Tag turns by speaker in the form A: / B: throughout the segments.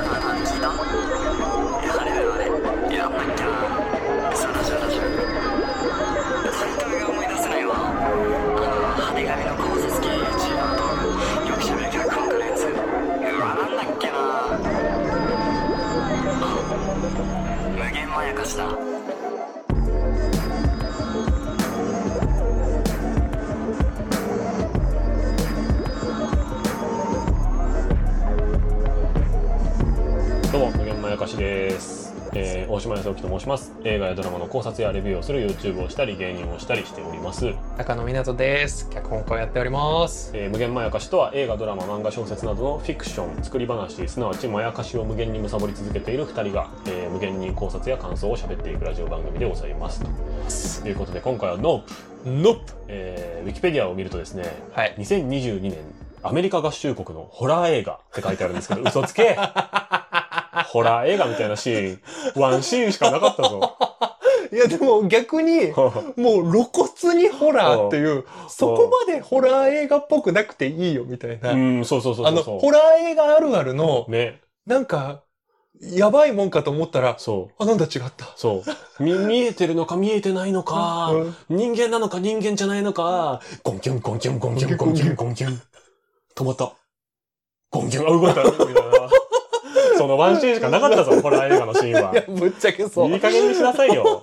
A: だやれやれやらなきゃそうだそうだそうだタイトルが思い出せないわあの派手紙の考察系 YouTuber とよくしゃべる脚本家のやつうわなんだっけなあ無限まやかしだ
B: どうも無限まやかしです、えー大島康之と申します映画やドラマの考察やレビューをする YouTube をしたり芸人をしたりしております、
C: 高野湊です。脚本家をやっております。
B: えー無限まやかしとは映画ドラマ漫画小説などのフィクション作り話すなわちまやかしを無限に貪り続けている2人が、えー無限に考察や感想を喋っていくラジオ番組でございますということで今回は NOP NOP、えー、ウィキペディアを見るとですね
C: はい。
B: 2022年アメリカ合衆国のホラー映画って書いてあるん ですけど、嘘つけホラー映画みたいなシーン、ワンシーンしかなかったぞ。
C: いや、でも逆に、もう露骨にホラーっていう、そこまでホラー映画っぽくなくていいよみたいうな。
B: ん、そうそうそう
C: あ
B: そ
C: の、
B: うそう。
C: ホラー映画あるあるの、
B: ね、
C: なんか、やばいもんかと思ったら、
B: そう。
C: あ、なんだ違った。
B: そう。み、 見えてるのか見えてないのか、
C: うん
B: 人間なのか人間じゃないのか、ゴンキュンゴンキュンゴンキュンゴンキュンゴンキュン。止まった。ゴンキュン、あ、動いた。みたいなそのワンシーンしかなかったぞ、ホラー映画のシーンは。
C: いや、ぶっちゃけそう。
B: いい加減にしなさい よ。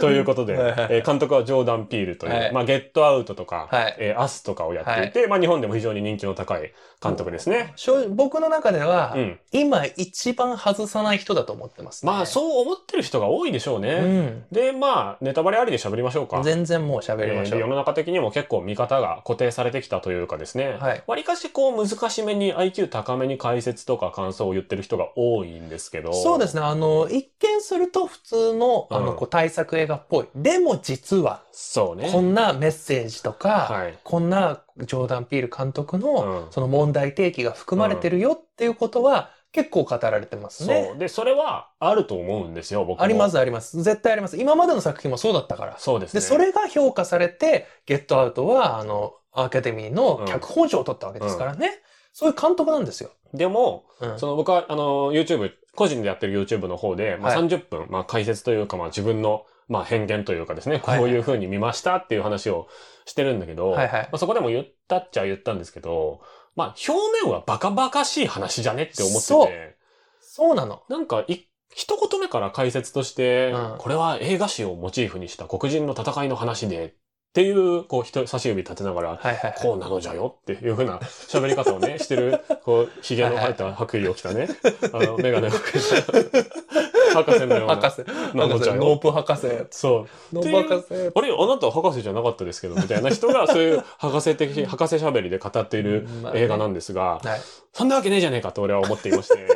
B: ということで、
C: はいはい
B: えー監督はジョーダン・ピールという、
C: はい
B: まあ、ゲットアウトとか、
C: はい
B: えーアスとかをやっていて、まあ、日本でも非常に人気の高い監督ですね。
C: 正直僕の中では、
B: うん。
C: 今一番外さない人だと思ってます、ね。
B: まあ、そう思ってる人が多いでしょう
C: う
B: ね。
C: ん。
B: で、まあ、ネタバレありで喋りましょうか。
C: 全然もう喋りま
B: えー
C: し
B: で
C: ょ
B: 世
C: う。
B: の中的にも結構見方が固定されてきたというかですね。
C: はい
B: わりかしこう難しめに IQ 高めに解説とか感想を言ってる人が多いんですけど。
C: そうです
B: ね。
C: ね。あの、一見すると普通の、あ
B: うん
C: の、こう、対策映画っぽい。でも実は、
B: そうね。
C: こんなメッセージとか、
B: はい。
C: こんなジョーダン・ピール監督の、
B: うん
C: その問題提起が含まれてるよっていうことは、結構語られてますね
B: そ。う。で、それはあると思うんですよ、僕も。
C: あります、あります。絶対あります。今までの作品もそうだったから。
B: そうですね。
C: で、それが評価されて、ゲットアウトは、あの、アカデミーの脚本賞を取ったわけですからね。そういう監督なんですよ。
B: でも、
C: うん
B: その僕は、あの、YouTube、個人でやってる YouTube の方で、まあ、
C: はい
B: 30分、まあ、解説というか、まあ、自分の、まあ、偏見というかですね、こ
C: はいはいう
B: いう風に見ましたっていう話をしてるんだけど、
C: はいはい
B: まあ、そこでも言ったっちゃ言ったんですけど、まあ、表面はバカバカしい話じゃねって思って
C: そう
B: て、
C: そうなの。
B: なんか、い、一言目から解説として、
C: うん
B: これは映画史をモチーフにした黒人の戦いの話で、っていう、こう、人差し指立てながら、
C: はいはいはい。
B: こうなのじゃよっていうふうな喋り方を ね、してる、こう、髭の生えた白衣を着たね、あの、メガネをかけた博士のような。
C: 博士。
B: なの
C: 博
B: じ
C: 士
B: ゃよ
C: ノープ博士。
B: そう。
C: ノープ博士。
B: あれあなたは博士じゃなかったですけど、みたいな人 が、そういう博士的、博士喋りで語っている
C: まあね
B: 映画なんですが、
C: はい。
B: そんなわけねえじゃねえかと俺は思っていま して、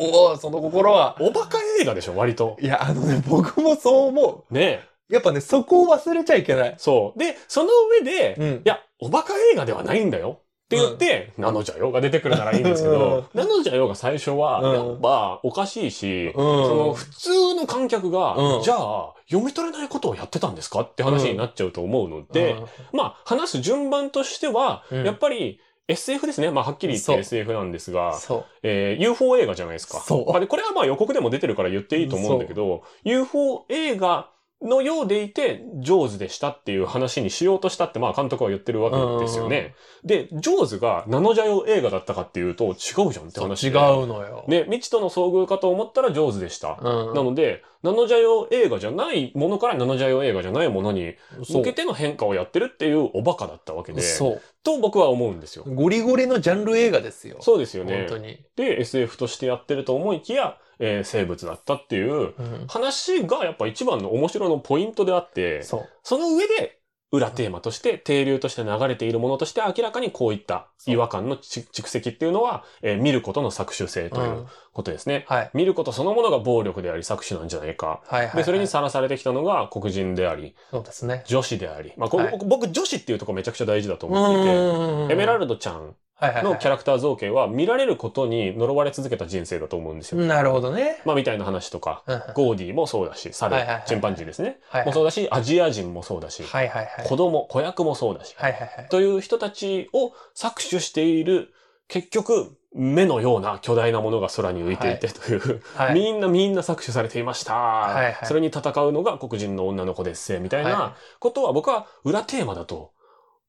C: おお、その心は。
B: おバカ映画でしょ、割と。
C: いや、あのね、僕もそう思
B: ねえ。
C: う。やっぱね、そこを忘れちゃいけない。
B: そう。で、その上で、
C: うん
B: いや、おバカ映画ではないんだよ。って言って、なのじゃよが出てくるならいいんですけど、なのじゃよが最初は、
C: うん
B: やっぱおかしいし、
C: うん
B: その普通の観客が、
C: うん
B: じゃあ、読み取れないことをやってたんですかって話になっちゃうと思うので、
C: うん
B: まあ、話す順番としては、
C: うん
B: やっぱり、SF ですね。まあ、はっきり言っ
C: そ
B: て
C: う
B: SF なんですが、
C: そ
B: えー UFO 映画じゃないですか。
C: そう
B: まあでこれはまあ予告でも出てるから言っていいと思うんだけど、UFO 映画のようでいて、ジョーズでしたっていう話にしようとしたって、まあ監督は言ってるわけですよね。で、ジョーズがナノジャヨ映画だったかっていうと違うじゃんって
C: う。
B: 話
C: 違
B: で。
C: うのよ。
B: ね、未知との遭遇かと思ったらジョーズでした。
C: うん。
B: なので、ナノジャヨ映画じゃないものからナノジャヨ映画じゃないものに
C: そ
B: 向
C: う
B: けての変化をやってるっていうおバカだったわけで、
C: そ
B: と僕は思うんですよ。
C: う。ゴリゴリのジャンル映画ですよ。
B: そうですよ
C: 本
B: ね。
C: 当に。
B: で SF としてやってると思いきや、えー生物だったっていう
C: うん。
B: 話がやっぱ一番の面白のポイントであって、
C: そう。
B: その上で裏テーマとして、定流として流れているものとして明らかにこういった違和感のち蓄積っていうのは、えー見ることの搾取性と
C: う
B: いうんことですね。
C: はい。
B: 見ることそのものが暴力であり搾取なんじゃないか。
C: はいはいはい。
B: で、それにさらされてきたのが黒人であり、
C: そうですね。
B: 女子であり。まあ、こ
C: はい
B: 僕女子っていうとこめちゃくちゃ大事だと
C: う
B: 思っていて、
C: ん。
B: エメラ
C: ル
B: ルドちゃん
C: ド
B: のキャラクター造形は見られることに呪われ続けた人生だと思うんですよ。
C: なるほどね。
B: まあみたいな話とか、
C: うんはい
B: ゴーディもそうだし、猿
C: はいはいはい、
B: チンパンジーですね。
C: はい
B: もそうだし、アジア人もそうだし、
C: はいはいはい。
B: 子供、子役もそうだし、
C: はいはいはい。
B: という人たちを搾取している、結局、目のような巨大なものが空に浮いていてという、
C: はい。
B: みんなみんな搾取されていました、
C: いはい
B: それに戦うのが黒人の女の子ですせみたいな
C: は
B: ことは僕は裏テーマだと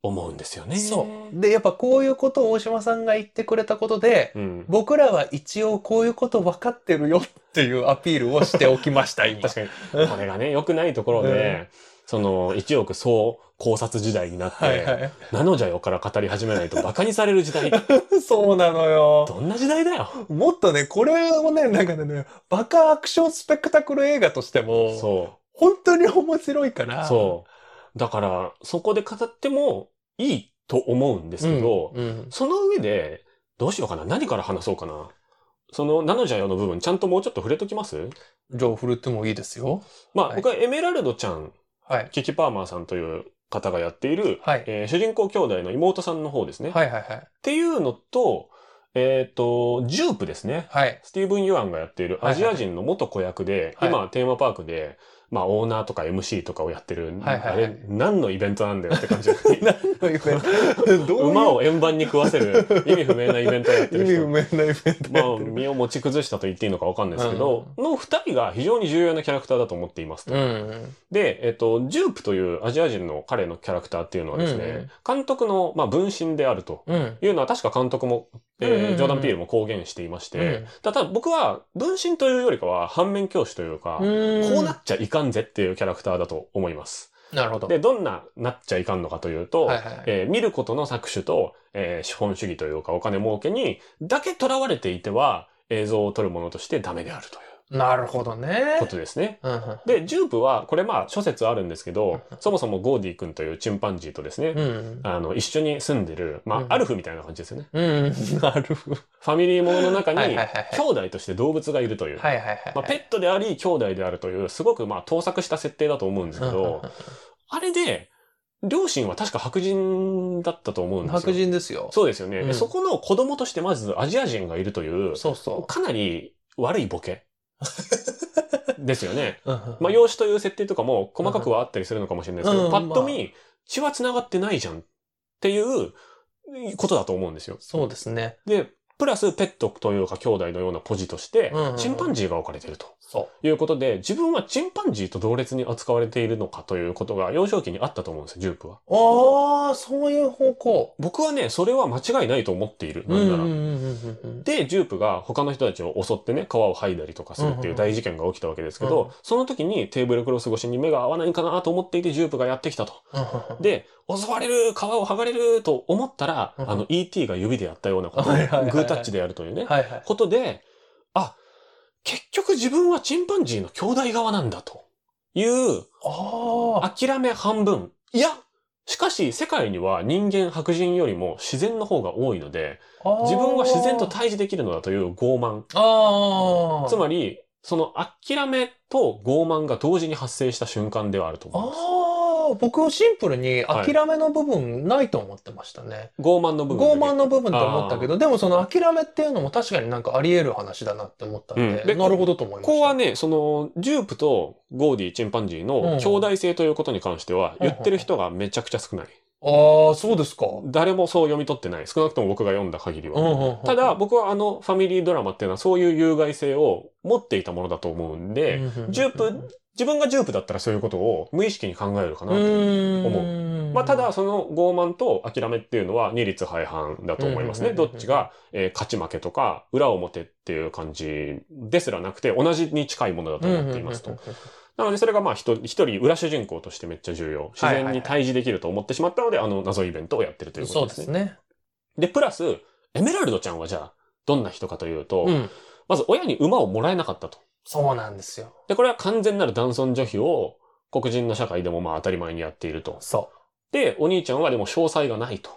B: 思うんですよね。
C: そう。で、やっぱこういうことを大島さんが言ってくれたことで、
B: うん、
C: 僕らは一応こういうこと分かってるよっていうアピールをしておきました、今。
B: 確かに、これがね、良くないところで、その、一億総考察時代になって、
C: はいは
B: なのじゃよから語り始めないと馬鹿にされる時 代、
C: い。そうなのよ。
B: どんな時代だよ。
C: もっとね、これをね、なんかね、バカアクションスペクタクル映画としても、
B: そ
C: 本当に面白いか
B: う。
C: ら。
B: そう。だから、そこで語ってもいいと思うんですけど、
C: うんうん
B: その上で、どうしようかな何から話そうかなその、なのじゃよの部分、ちゃんともうちょっと触れときます
C: じゃあ振るってもいいですよ。
B: まあ、
C: はい
B: 僕はエメラルドちゃん、
C: はい。
B: キキパーマーさんという方がやっている、
C: はい。
B: えー主人公兄弟の妹さんの方ですね。
C: はいはいはい。
B: っていうのと、えっ、と、ジュープですね。
C: はい。
B: スティーブン・ユアンがやっている
C: はい
B: ア
C: はい
B: ジア人の元子役で、
C: はい
B: 今テーマパークで、まあオーナーとか MC とかをやってる、
C: はいはいはい
B: あれ何のイベントなんだよって感じ。
C: 何のイベントどういう
B: 馬を円盤に食わせる意味不明なイベントをやって
C: 意
B: る
C: 味
B: 人
C: 不。明なイベント
B: ま
C: や
B: あ、
C: ってる。
B: 身を持ち崩したと言っていいのかわかんないですけど、の二人が非常に重要なキャラクターだと思っていますと。
C: うん。
B: で、えっと、ジュープというアジア人の彼のキャラクターっていうのはですね、監督の、まあ、分身であると
C: うん。
B: いうのは確か監督も、えー
C: うんうんうん
B: ジョーダン・ピールも公言していまして、
C: うん
B: ただ僕は分身というよりかは反面教師というか、
C: うん
B: こうなっちゃいかんぜっていうキャラクターだと思います。
C: なるほど。
B: で、どんななっちゃいかんのかというと、
C: はいはいはい
B: えー見ることの搾取と、えー資本主義というかお金儲けにだけ囚われていては映像を撮るものとしてダメであるという
C: なるほどね
B: こ。とですね。
C: うんうん
B: で、ジュープは、これまあ諸説あるんですけど、そもそもゴーディ君というチンパンジーとですね、
C: うん。
B: あの、一緒に住んでる、まあ、
C: うん
B: アルフみたいな感じですよね。
C: うん。なるほど。
B: ファミリーものの中に、
C: はいはい
B: 兄
C: はいはい
B: 弟として動物がいるという、
C: はいはいはい。
B: まあ、ペットであり、兄弟であるという、すごくまあ、盗作した設定だと思うんですけど、あれで、両親は確か白人だったと思うんですよ。
C: 白人ですよ。
B: そうですよね、で
C: うん
B: そこの子供としてまずアジア人がいるという、
C: そうそ
B: かなり悪いボ ケ。ですよね。
C: う。
B: まあ、養子という設定とかも細かくはあったりするのかもしれないですけど、
C: うん
B: パッと見、血は繋がってないじゃんっていうことだと思うんですよ。
C: そうですね。
B: で、プラスペットというか兄弟のようなポジとして
C: うんうんう、ん
B: チンパンジーが置かれていると
C: そ
B: いうことで、自分はチンパンジーと同列に扱われているのかということが幼少期にあったと思うんですよ、ジュープは。
C: う。ああ、そういう方向。
B: 僕はね、それは間違いないと思っている。
C: う
B: なん
C: ん
B: な
C: う
B: ら。
C: んうんうんうん。
B: で、ジュープが他の人たちを襲ってね、皮を剥いだりとかするっていう大事件が起きたわけですけど、
C: うんうん
B: その時にテーブルクロス越しに目が合わないかなと思っていて、ジュープがやってきたと。で、襲われる、皮を剥がれると思ったら、
C: うん
B: あの、ET が指でやったようなことを、
C: は
B: グ
C: いはいはいはい
B: ータッチでやるというね、
C: はいはい。
B: ことで、あ、結局自分はチンパンジーの兄弟側なんだという、
C: ああ。
B: 諦め半分。いや、しかし世界には人間白人よりも自然の方が多いので、自分は自然と対峙できるのだという傲慢。
C: ああ。
B: つまり、その諦めと傲慢が同時に発生した瞬間ではあると思います。
C: ああ、僕はシンプルに
B: はい
C: 諦めの部分ないと思ってましたね。
B: 傲慢の部分だ
C: 傲
B: け。
C: 慢の部分と思ったけど、でもその諦めっていうのも確かになんかあり得る話だなって思ったん
B: う
C: で
B: ん、で
C: なるほどと思いました。
B: ここはね、その、ジュープとゴーディ、チンパンジー
C: うんう
B: の
C: ん
B: 兄弟性ということに関しては、言ってる人がめちゃくちゃ少ない。
C: ああ、そうですか。
B: 誰もそう読み取ってない。少なくとも僕が読んだ限り
C: うんう
B: は。
C: んうん
B: ただ、、僕はあのファミリードラマっていうのはそういう有害性を持っていたものだと思うんで、ジュープ、自分がジュープだったらそういうことを無意識に考えるかなと。思
C: 思
B: まあ、ただ、、その傲慢と諦めっていうのは二律背反だと思いますね。
C: うんうんう
B: ど
C: んうん
B: っちが、えー勝ち負けとか、裏表っていう感じですらなくて、同じに近いものだと思っていますと。なので、それがまあ、一人一人裏主人公としてめっちゃ重要。自
C: はいはい
B: 然に対峙できると思ってしまったので、あの謎イベントをやってるというこ
C: そ
B: と
C: う
B: で
C: です
B: ね。
C: すね。
B: で、プラス、エメラルドちゃんはじゃあ、どんな人かというと、
C: うん。
B: まず親に馬をもらえなかったと。
C: そうなんですよ。
B: で、これは完全なる男尊女卑を、黒人の社会でもまあ当たり前にやっていると。
C: そう。
B: で、お兄ちゃんはでも詳細がないと。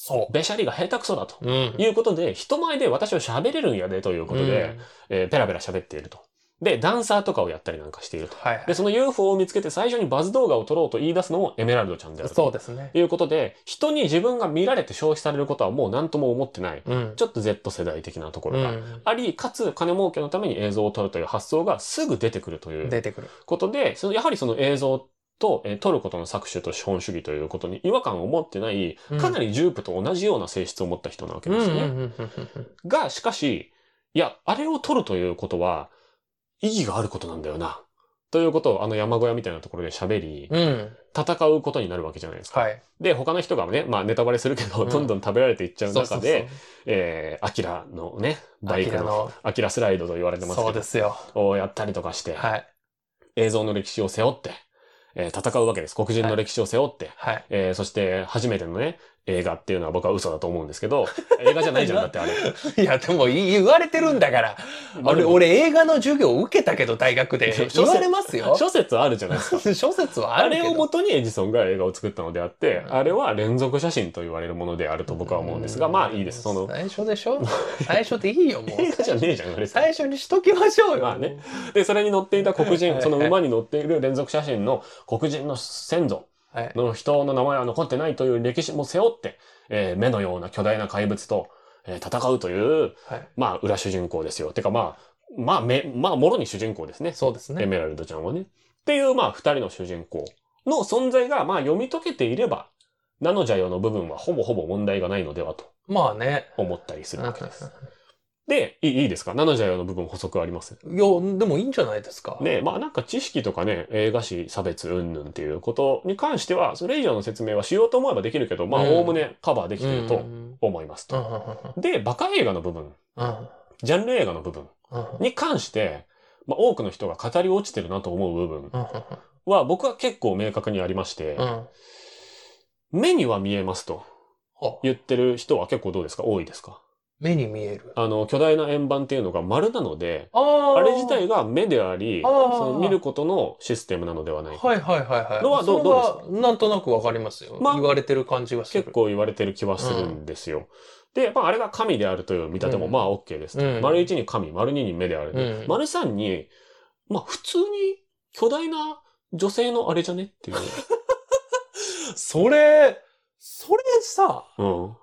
C: そ
B: べしゃりが下手くそだと。
C: う。うん。
B: いうことで、人前で私は喋れるんやでということで、
C: うん、
B: えーペラペラ喋っていると。で、ダンサーとかをやったりなんかしていると。
C: はいはい
B: で、その UFO を見つけて最初にバズ動画を撮ろうと言い出すのもエメラルドちゃんである
C: そう
B: と。
C: ですね。
B: いうことで、人に自分が見られて消費されることはもう何とも思ってない。
C: うん。
B: ちょっと Z 世代的なところ
C: う
B: が。
C: ん
B: あり、かつ、金儲けのために映像を撮るという発想がすぐ出てくるという
C: 出てくる。
B: ことで、そのやはりその映像と、えートルコとの搾取と資本主義ということに違和感を持ってない、
C: うん
B: かなりジュープと同じような性質を持った人なわけ
C: うん
B: で
C: うん
B: す
C: う
B: よね。
C: んうん
B: が、しかし、いや、あれを取るということは、意義があることなんだよな。ということを、あの山小屋みたいなところで喋り、
C: うんうん。
B: 戦うことになるわけじゃないですか。
C: はい。
B: で、他の人がね、まあネタバレするけど、
C: うん
B: どんどん食べられていっちゃう
C: そうそ
B: 中
C: う
B: で、えー、アキラのね、
C: そう。
B: バ
C: ア
B: イ
C: キ
B: ク
C: ラ
B: の、
C: の、
B: アキラスライドと言われてます
C: そう
B: け
C: で
B: ど、
C: すよ。
B: をやったりとかして、
C: はい。
B: 映像の歴史を背負って、えー戦うわけです。黒人の歴史を背負って、
C: はい。
B: えーそして初めてのね、映画っていうのは僕は嘘だと思うんですけど、映画じゃないじゃん、だ ってあれ。
C: いや、でも言われてるんだから。
B: まあで
C: 俺、
B: も
C: 俺映画の授業を受けたけど、大学
B: い
C: で
B: や。諸
C: 言
B: 説
C: われますよ。
B: 諸説あるじゃないですか。
C: 諸説は
B: あ
C: あるけ
B: れ
C: ど。
B: をもとにエジソンが映画を作ったのであって、
C: うん
B: あれは連続写真と言われるものであると僕は思うんですが、まあいいです。その、
C: 最初でし ょ最初でいいよ、もう。
B: 映画じゃねえじゃん、あれさ。
C: 最初にしときましょうよ。
B: まあね。で、それに乗っていた黒
C: は
B: 人、
C: い
B: その馬に乗っている連続写真の黒人の先祖
C: はい。
B: の人の名前は残ってないという歴史も背負って、えー目のような巨大な怪物と、えー戦うという、
C: はい。
B: まあ裏主人公ですよ。てかまあ、まあめ、まあもろに主人公ですね。
C: そうです
B: エ
C: ね。
B: メラルドちゃんはね。っていう、まあ、二人の主人公の存在が、まあ、読み解けていれば、なのじゃよの部分はほぼほぼ問題がないのではと
C: まあね。
B: 思ったりするわけです。
C: い
B: で、いいいいですかなのじゃよの部分補足あります
C: や、でもいいんじゃないですか。
B: ねまあなんか知識とかね、映画史、差別、云々っていうことに関しては、それ以上の説明はしようと思えばできるけど、まあ、
C: うん
B: おおむねカバーできている
C: う
B: と
C: ん
B: 思います
C: うんう
B: と。
C: ん
B: で、バカ映画の部分、
C: うん
B: ジャンル映画の部分
C: うん
B: に関して、まあ、多くの人が語り落ちてるなと思う部分
C: うん
B: は、僕は結構明確にありまして、
C: うんうん
B: 目には見えますと
C: あ
B: 言ってる人は結構どうですか多いですか
C: 目に見える。
B: あの、巨大な円盤っていうのが丸なので、
C: ああ
B: あれ自体が目であり、
C: あー
B: その見ることのシステムなのではないか。
C: はいはいはいはい。
B: のはどう
C: それは
B: ど
C: なんとなくわかりますよ。
B: まあ
C: 言われてる感じがする。
B: 結構言われてる気はするんですよ。で、まあ、あれが神であるという見立ても、
C: うん
B: まあ、OK ですと。
C: うん
B: 丸1に神、丸2に目である。
C: うん
B: 丸3に、まあ、普通に巨大な女性のあれじゃねっていう。
C: それ、それさ、
B: うん。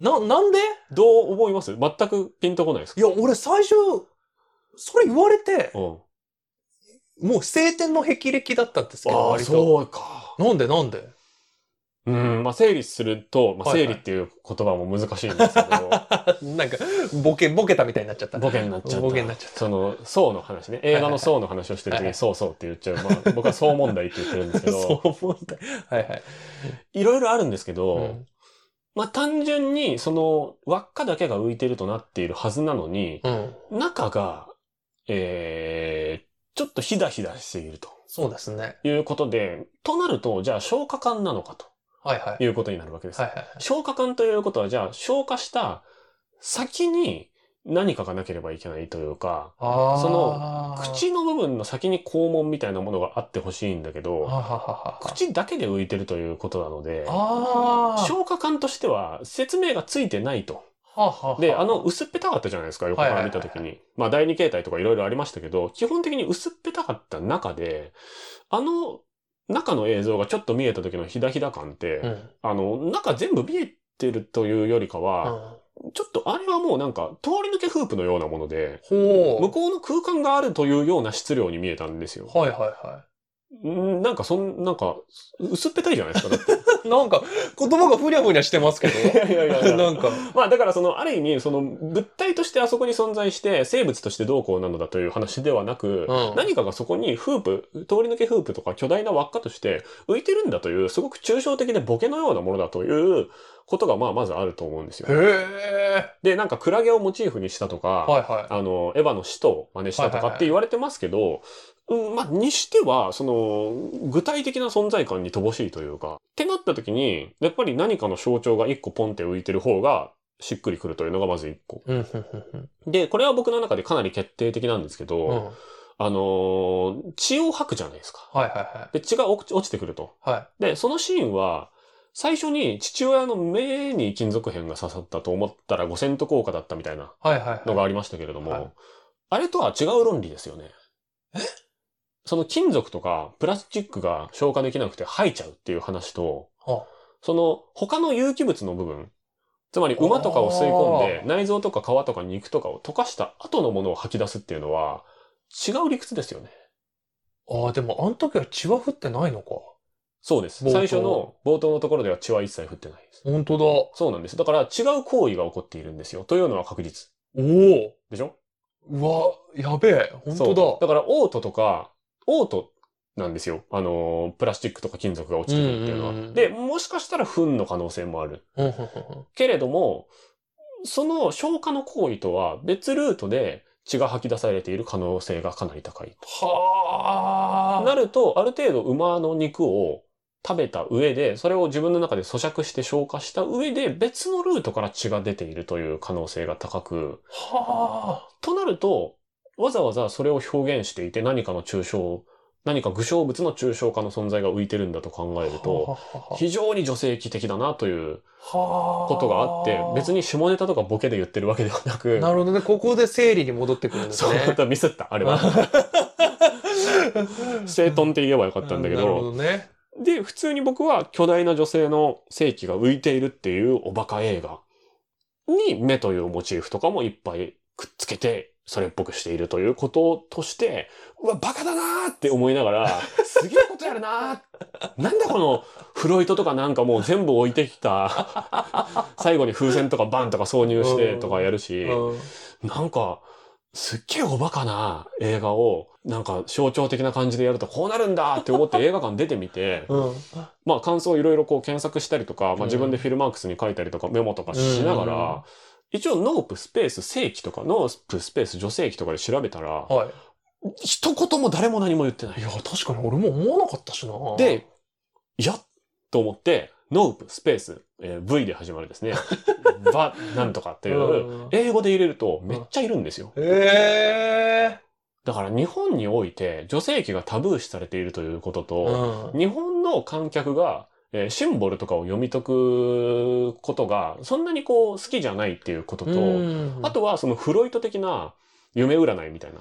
C: な、なんで
B: どう思います全くピンとこないですか
C: いや、俺最初、それ言われて、
B: うん。
C: もう晴天の霹靂だったんですけど、
B: ああ、
C: 割と。
B: そうか。
C: なんでなんで
B: うん、まあ整理すると、まあ
C: はい
B: 整
C: は
B: 理
C: い
B: っていう言葉も難しいんですけど、
C: なんか、ボケ、ボケたみたいになっちゃった。
B: ボケになっちゃった。
C: ボケになっちゃっ
B: その、層の話ね。映画の層の話をしてる時
C: はいはい
B: に、そうそうって言っちゃう。まあ僕は層問題って言ってるんですけ
C: た。 そ
B: ど、
C: う思った。はいはい。
B: いろいろあるんですけど、
C: うん
B: まあ単純に、その、輪っかだけが浮いてるとなっているはずなのに、
C: うん。
B: 中が、えー、ちょっとひだひだしていると
C: そうですね。
B: いうことで、となると、じゃあ消化管なのか
C: はいはい。は
B: と
C: い
B: いうことになるわけです。
C: はいはい。
B: 消化管ということは、じゃあ、消化した先に何かがなければいけないというか、
C: ああ。
B: その、口の部分の先に肛門みたいなものがあってほしいんだけ
C: はは
B: ど、
C: はは。
B: 口だけで浮いてるということなので、
C: ああ。
B: 消化管としては説明がついてないと。
C: ははは
B: で、あの、薄っぺたかったじゃないですか、横か
C: は
B: ら
C: いは
B: 見
C: いはい
B: たときに。まあ、第二形態とかいろいろありましたけど、基本的に薄っぺたかった中で、あの、中の映像がちょっと見えた時のひだひだ感って、
C: うん。
B: あの、中全部見えてるというよりかは、
C: うん
B: ちょっとあれはもうなんか通り抜けフープのようなもので、向
C: ほ
B: こうの空間があるというような質量に見えたんですよ。
C: う。はいはいは
B: んなんかそん、なんか、薄っぺたいじゃないですか、だって。
C: い。 なんか、言葉がふにゃふにゃしてますけど。
B: いやい
C: なんか、
B: まあだからその、ある意味、その、物体としてあそこに存在して、生物としてどうこうなのだという話ではなく、
C: うん
B: 何かがそこにフープ、通り抜けフープとか巨大な輪っかとして浮いてるんだという、すごく抽象的でボケのようなものだということが、まあまずあると思うんです
C: へえ。
B: よ。で、なんかクラゲをモチーフにしたとか、
C: はいはい。
B: あの、エヴァの使徒を真似したと
C: はいはい
B: か
C: はい
B: って言われてますけど、うんまあ、にしては、その、具体的な存在感に乏しいというか、ってなった時に、やっぱり何かの象徴が一個ポンって浮いてる方が、しっくりくるというのがまず一個。
C: うん、うん、うん
B: で、これは僕の中でかなり決定的なんですけ
C: うん。うん
B: ど、あのー血を吐くじゃないですか。
C: はいはいは
B: で、血が落ち落ちてくると。
C: い。はい。
B: で、そのシーンは、最初に父親の目に金属片が刺さったと思ったら、五セント効果だったみたいな
C: はいはいはい。
B: のがありましたけれども、
C: はい
B: あれとは違う論理ですよね。その金属とかプラスチックが消化できなくて吐いちゃうっていう話と
C: あ、
B: その他の有機物の部分、つまり馬とかを吸い込んで内臓とか皮とか肉とかを溶かした後のものを吐き出すっていうのは違う理屈ですよね。
C: ああ、でもあの時は血は降ってないのか。
B: そうです
C: 冒。頭
B: 最初の冒頭のところでは血は一切降ってないです。
C: 本当だ。お
B: そうなんです。だから違う行為が起こっているんですよ。というのは確実。
C: お。
B: でしょ
C: うわ、やべえ。本
B: そう
C: 当
B: だ
C: だ。
B: から、オートとか、オートなんですよ。あのー、プラスチックとか金属が落ちてくるっていうのは。
C: うんうんうん
B: で、もしかしたら糞の可能性もある。
C: うんうんうんうん
B: けれども、その消化の行為とは別ルートで血が吐き出されている可能性がかなり高い。
C: はあ。
B: なると、ある程度馬の肉を食べた上で、それを自分の中で咀嚼して消化した上で、別のルートから血が出ているという可能性が高く、
C: はあ。
B: となると、わざわざそれを表現していて何かの抽象、何か具象物の抽象化の存在が浮いてるんだと考えると、
C: はあ
B: 非常に女性器的だなという
C: は
B: ことがあって、別に下ネタとかボケで言ってるわけではなく、
C: なるほどね。ここで生理に戻ってくるんです
B: そう、
C: ね。
B: またミスった、あれ は。整頓って言えばよかったんだけ
C: なる
B: ど
C: ほどね。
B: で、普通に僕は巨大な女性の性器が浮いているっていうおバカ映画に目というモチーフとかもいっぱいくっつけて、それっぽくしているということとして、うわ、バカだなーって思いなが ら、すげえことやるなーなんだこのフロイトとかなんかもう全部置いてき た、最後に風船とかバンとか挿入してとかやるし、
C: うん
B: なんか、すっげえおバカな映画を、なんか象徴的な感じでやるとこうなるんだって思って映画館出てみて、
C: うん。
B: まあ感想をいろいろこう検索したりとか、
C: ん
B: まあ自分でフィルマークスに書いたりとかメモとかしなが
C: うんうんうん
B: ら、一応ノープスペース正規とか、ノープスペース女性器とかで調べたら、
C: は。
B: 一言も誰も何も言ってない
C: い
B: い。
C: や、確かに俺も思わなかったしな。
B: で、いやと思って、ノープスペース、えー V で始まるです ね。ば、なんとかっていう、
C: うん
B: 英語で入れるとめっちゃいるんですよ。
C: ええ
B: だから日本において女性器がタブー視されているということと、
C: ー。
B: 日本の観客が、えーシンボルとかを読み解くことが、そんなにこう好きじゃないっていうことと、
C: うん。
B: あとはそのフロイト的な夢占いみたいな。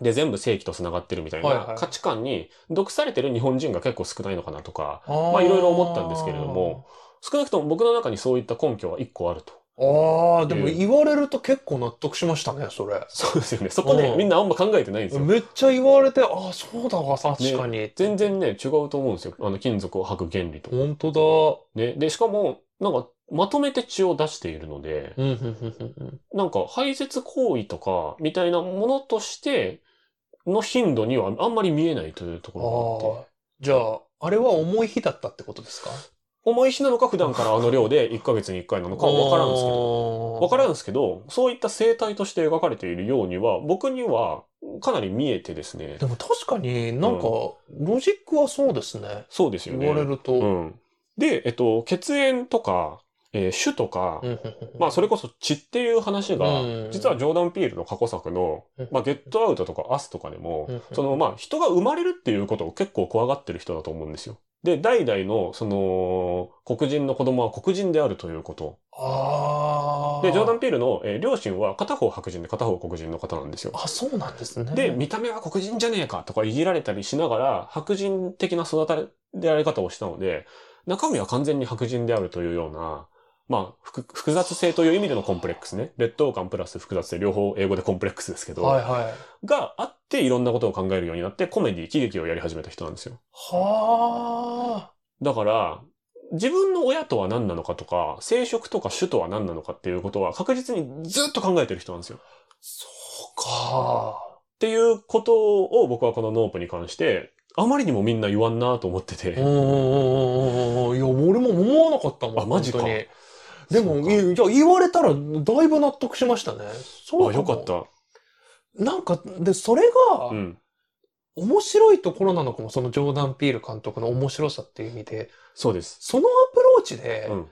B: で、全部正規と繋がってるみたい
C: はいは
B: ない価値観に毒されてる日本人が結構少ないのかなとか、
C: あー
B: まあいろいろ思ったんですけれども。少なくとも僕の中にそういった根拠は一個あると。
C: ああ、でも言われると結構納得しましたね、それ。
B: そうですよね。そこね
C: う、ん
B: みんなあんま考えてないんですよ。
C: めっちゃ言われて、ああ、そうだわ、確かに。
B: 全然ね、違うと思うんですよ。あの、金属を吐く原理と。
C: 本当
B: ね。で、しかも、なんか、まとめて血を出しているので、
C: だ。うん、うん、うん、うん。
B: なんか排泄行為とかみたいなものとしての頻度にはあんまり見えないというところがあ
C: あ
B: っ
C: あ
B: て。。
C: じゃあ、あれは重い日だったってことですか
B: 重い日なのか普段からあの量で1ヶ月に1回なのかわからんですけど。
C: ど
B: わからんですけど、そういった生態として描かれているようには、僕にはかなり見えてですね。
C: でも確かになんか、ロジックはそうですね。
B: そうですよ
C: 言
B: ね。
C: われると。
B: う。ん。で、えっと、血縁とか、えー種とか、
C: うんうんうん
B: まあ、それこそ血っていう話が
C: うん、
B: 実はジョーダン・ピールの過去作の
C: うん、
B: まあ、ゲットアウトとかアスとかでも
C: うん、
B: その、まあ、人が生まれるっていうことを結構怖がってる人だと思うんですよ。で、代々の、その、黒人の子供は黒人であるということ。
C: ああ。
B: で、ジョーダン・ピールの、えー両親は片方白人で片方黒人の方なんですよ。
C: あ、そうなんですね。
B: で、見た目は黒人じゃねえかとかいじられたりしながら、白人的な育てられ方をしたので、中身は完全に白人であるというような、まあ、複複雑性という意味でのコンプレックスね。劣等感プラス複雑性、両方英語でコンプレックスですけど、
C: はいはい。
B: があっていろんなことを考えるようになって、コメディ、喜劇をやり始めた人なんですよ。
C: はあ。
B: だから、自分の親とは何なのかとか、生殖とか種とは何なのかっていうことは確実にずっと考えてる人なんですよ。
C: そうか。
B: っていうことを僕はこのノープに関して、あまりにもみんな言わんなと思って
C: うん
B: て。
C: うんうんうんうん。いや、俺も思わなかったもん。
B: あマジか
C: 本当にでも、
B: そうか
C: いや、言われたら、だいぶ納得しましたね。そう
B: あ、よかっ。た。
C: なんか、で、それが、
B: うん。
C: 面白いところなのかも、そのジョーダン・ピール監督の面白さっていう意味で、
B: そうです。
C: そのアプローチで
B: う、ん。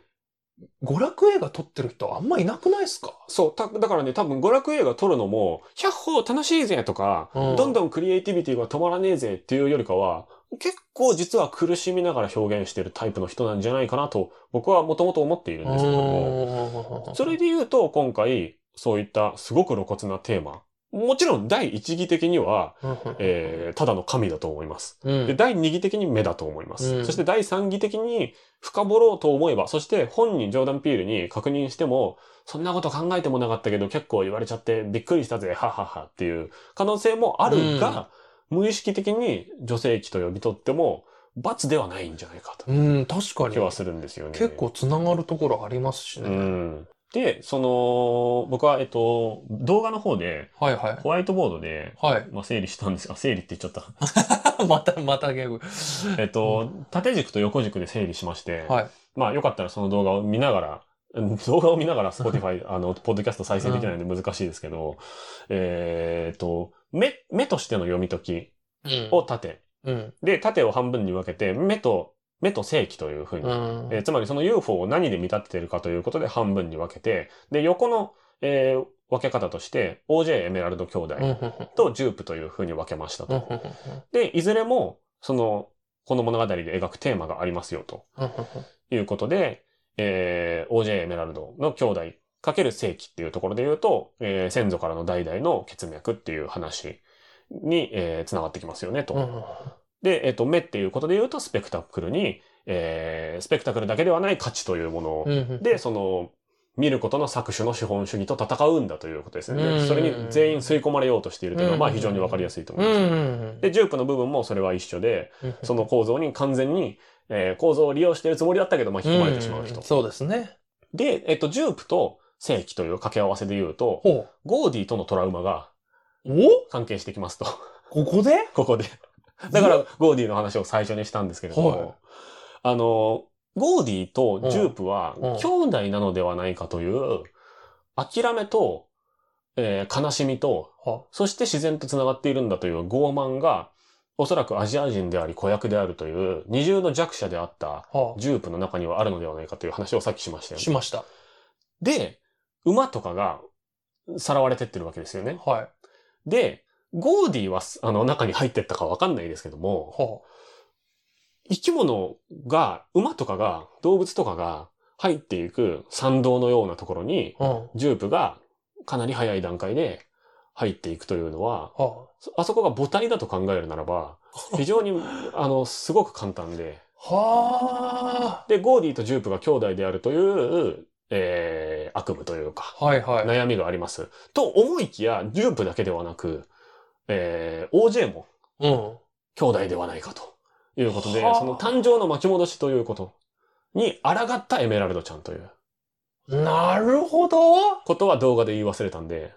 C: 娯楽映画撮ってる人あんまいなくないですか
B: そう、た、だからね、多分娯楽映画撮るのも、百歩楽しいぜとか、
C: うん
B: どんどんクリエイティビティが止まらねえぜっていうよりかは、結構実は苦しみながら表現してるタイプの人なんじゃないかなと、僕はもともと思っているんですけども、
C: う
B: それで言うと、今回、そういったすごく露骨なテーマ、もちろん第一義的には、えー、ただの神だと思います。
C: うん
B: で、第2義的に目だと思います。
C: うん
B: そして第3義的に深掘ろうと思えば、そして本人ジョーダン・ピールに確認しても、そんなこと考えてもなかったけど結構言われちゃってびっくりしたぜ、はははっていう可能性もあるが、無意識的に女性器と呼び取っても、罰ではないんじゃないかと
C: うん、確かに
B: 気。はするんですよね。
C: 結構つながるところありますしね。
B: うん。で、その、僕は、えっと、動画の方で、
C: はいはい。
B: ホワイトボードで、
C: はい。
B: まあ、整理したんですあ、整理って言っちゃった。
C: また、またゲーム。
B: えっと、縦軸と横軸で整理しまして、
C: はい。
B: まあよかったらその動画を見ながら、うん動画を見ながら Spotify、あの、ポッドキャスト再生できないので難しいですけど、えーっと、目、目としての読み解きを縦。
C: うん。
B: で、縦を半分に分けて、目と、目と正規というふうに
C: う、ん。
B: えーつまりその UFO を何で見立ててるかということで半分に分けて、で、横の、えー分け方として、OJ エメラルド兄弟
C: うんうんうん
B: とジュープというふうに分けました
C: うんうん
B: と。で、いずれも、その、この物語で描くテーマがありますよと。
C: うんうん
B: ということで、えー、OJ エメラルドの兄弟かける世紀っていうところで言うと、えー先祖からの代々の血脈っていう話に、えー、繋がってきますよねと。
C: うんうん
B: で、えっ、と、目っていうことで言うと、スペクタクルに、えー、スペクタクルだけではない価値というものを、
C: うんうんうん
B: で、その、見ることの搾取の資本主義と戦うんだということですよ
C: う
B: ね。
C: ん
B: それに全員吸い込まれようとしているというのは、まあ
C: うん
B: 非常にわかりやすいと思
C: う
B: い
C: ん
B: ま
C: う
B: す。
C: んうん
B: で、ジュープの部分もそれは一緒で、
C: うん
B: その構造に完全に、えー構造を利用してるつもりだったけど、まあ、引き込まれてしまう人。
C: んそうですね。
B: で、えっと、ジュープと正規という掛け合わせで言うと、
C: ほ
B: ゴーディとのトラウマが
C: う。お
B: 関係してきますと、
C: ここで
B: ここで。だから、ゴーディの話を最初にしたんですけれども、
C: はい
B: あの、ゴーディとジュープは
C: うんうん
B: 兄弟なのではないかという、諦めと、えー悲しみと、
C: は
B: そして自然と繋がっているんだという傲慢が、おそらくアジア人であり子役であるという二重の弱者であった
C: は
B: ジュープの中にはあるのではないかという話をさっきしましたよね
C: し。ました。
B: で、馬とかがさらわれてってるわけですよね。
C: はい。
B: で、ゴーディはす、あの、中に入ってったかわかんないですけども、
C: は
B: 生き物が、馬とかが、動物とかが入っていく参道のようなところに、
C: あ。うん。
B: ジュープがかなり早い段階で入っていくというのは、
C: は
B: そあそこが母体だと考えるならば、非常に、あの、すごく簡単で、
C: あ。は
B: で、ゴーディとジュープが兄弟であるという、えー、悪夢というか、
C: あ。はいはい。
B: 悩みがあります。と思いきや、ジュープだけではなく、えー、OJ も
C: うん。
B: 兄弟ではないかということで、
C: はあ
B: その誕生の巻き戻しということに抗ったエメラルドちゃんという
C: なるほど。
B: ことは動画で言い忘れたん で、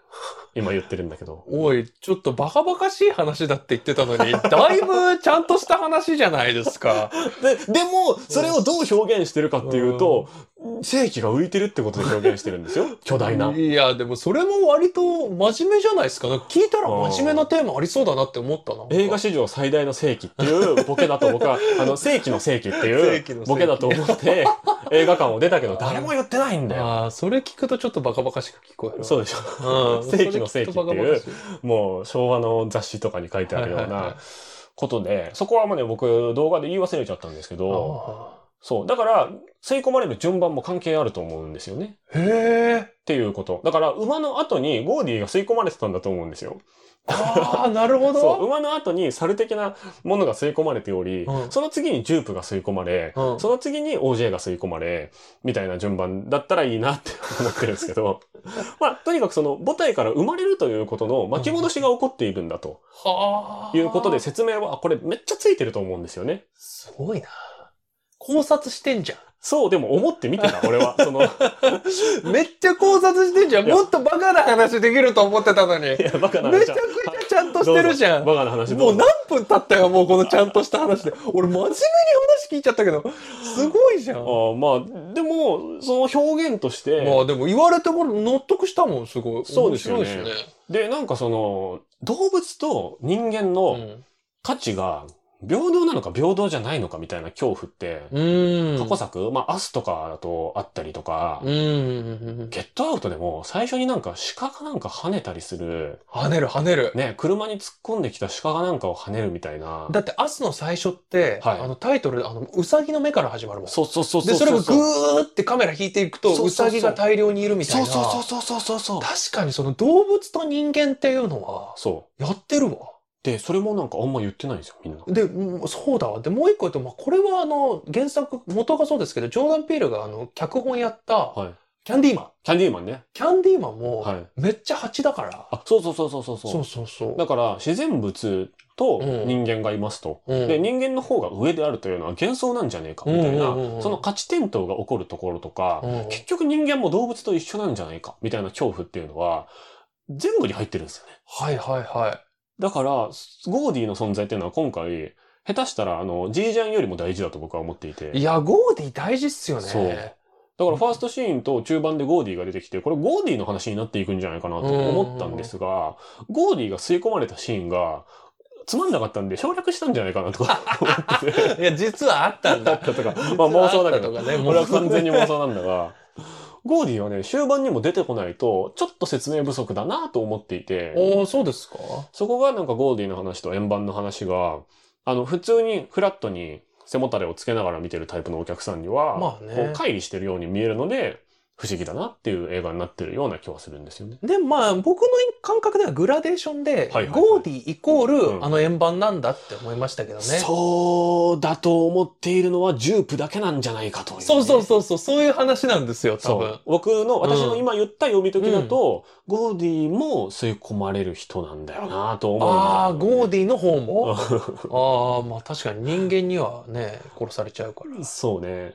B: 今言ってるんだけど。
C: おい、ちょっとバカバカしい話だって言ってたの に、だいぶちゃんとした話じゃないですか。
B: で、でも、それをどう表現してるかっていうと、正規が浮いてるってことで表現してるんです よ。巨大な。
C: いや、でもそれも割と真面目じゃないですか。なんか聞いたら真面目なテーマありそうだなって思ったな。
B: 映画史上最大の正規っていうボケだと僕 は、あの、正規の正規って
C: 正
B: い
C: 規の
B: う
C: 正規
B: ボケだと思 って映画館を出たけど誰も言ってないんだよ。
C: ああ、それ聞くとちょっとバカバカしく聞こえる。
B: そうでし
C: う
B: ょ。
C: ん。
B: 正規の正規っていう
C: それ聞くとバカバカしい、
B: もう昭和の雑誌とかに書いてあるよう
C: はいはいはい
B: なことで、そこはまあね、僕動画で言い忘れちゃったんですけど、そう。だから、吸い込まれる順番も関係あると思うんですよね。
C: ああへえ。
B: っていうこと。だから、馬の後にゴーディが吸い込まれてたんだと思うんですよ。
C: ああ、なるほ
B: そう。
C: ど。
B: 馬の後に猿的なものが吸い込まれており、
C: うん
B: その次にジュープが吸い込まれ、
C: うん
B: その次に OJ が吸い込まれ、みたいな順番だったらいいなって 思ってるんですけど、まあ、とにかくその母体から生まれるということの巻き戻しが起こっているんだと
C: はあ。
B: いうことで、説明は、これめっちゃついてると思うんですよね。
C: すごいな。考察してんじゃ
B: そう、でも思って見て た、俺は。その、い
C: ん。めっちゃ考察してんじゃん。
B: いや
C: もっとバカな話できると思ってたのに。めち
B: や、バカな
C: ゃく
B: 話
C: ち
B: だ
C: ゃ。ちゃんとしてるじゃん。
B: どう
C: も
B: ぞバカな話ど
C: う
B: うぞ
C: 何分経ったよ、もうこのちゃんとした話で。俺真面目に話聞いちゃったけど、すごいじゃん。ま
B: あーまあ、でも、その表現として、
C: あでも言われてこれ納得したもん、すごい。
B: そうですよね
C: 面白いし
B: で、なんかその、動物と人間の、
C: ね。
B: 価値が平等なのか平等じゃないのかみたいな恐怖って、
C: うん。
B: 過去作、まあ、アスとかだとあったりとか、
C: うん。
B: ゲットアウトでも最初になんか鹿がなんか跳ねたりする、
C: 跳ねる跳ねる。
B: ね、車に突っ込んできた鹿がなんかを跳ねるみたいな。
C: だって、明日の最初って、
B: はい
C: あのタイトル、あの、うさぎの目から始まるもん。
B: そうそうそう
C: で、
B: そう
C: それ
B: そ
C: を
B: う。
C: ぐーってカメラ引いていくと、
B: そう
C: う
B: そうそう
C: さぎが大量にいるみたい
B: そう
C: な。
B: そうそうそうそうそう。
C: 確かにその動物と人間っていうのは、
B: そう。
C: やってるわ。
B: で、それもなんかあんま言ってないんですよ、みんな。
C: で、うんそうだわ。で、もう一個言うと、まあ、これはあの、原作、元がそうですけど、ジョーダン・ピールがあの、脚本やった、
B: はい。
C: キャンディーマン。
B: キャンディーマンね。
C: キャンディーマンも
B: はい。
C: めっちゃ蜂だから。
B: あ、そうそうそうそうそう。
C: そうそうそう。
B: だから、自然物と
C: うん
B: 人間がいますと。
C: うん
B: で、人間の方が上であるというのは幻想なんじゃねえか、みたいな、
C: うんうんうんうん
B: その価値転倒が起こるところとか、
C: うん
B: 結局人間も動物と一緒なんじゃないか、みたいな恐怖っていうのは、全部に入ってるんですよね。
C: はいはいは
B: だから、ゴーディの存在っていうのは今回、下手したら、あの、ジージャンよりも大事だと僕は思っていて。
C: い。いや、ゴーディ大事っすよね。
B: そうだからファーストシーンと中盤でゴーディが出てきて、これゴーディの話になっていくんじゃないかなと思ったんですが、ゴーディが吸い込まれたシーンが、つまんなかったんで省略したんじゃないかなとか 思ってて、
C: いや、実はあったん
B: だ
C: だ
B: っ。たとか、 まあ妄想だけ
C: 実
B: ど、
C: はあったとかね、
B: 俺は完全に妄想なんだが、ゴーディはね、終盤にも出てこないと、ちょっと説明不足だなと思っていて、
C: おお そうですか
B: そこがなんかゴーディの話と円盤の話が、あの、普通にフラットに背もたれをつけながら見てるタイプのお客さんには、
C: まあね
B: こう乖離してるように見えるので、不思議だなっていう映画になってるような気はするんですよね。
C: でもまあ、僕の感覚ではグラデーションで、
B: はいはいはい
C: ゴーディイコール、
B: うん
C: あの円盤なんだって思いましたけどね。
B: そうだと思っているのはジュープだけなんじゃないかというね、
C: そうそうそうそう、そういう話なんですよ、多
B: そ
C: 分
B: う。。僕の、私の今言った読み解きだと、ゴーディも吸い込まれる人なんだよなと思う
C: ああ、ゴー
B: ィ
C: ディの方もああ、まあ確かに人間にはね、殺されちゃうから。
B: そうね。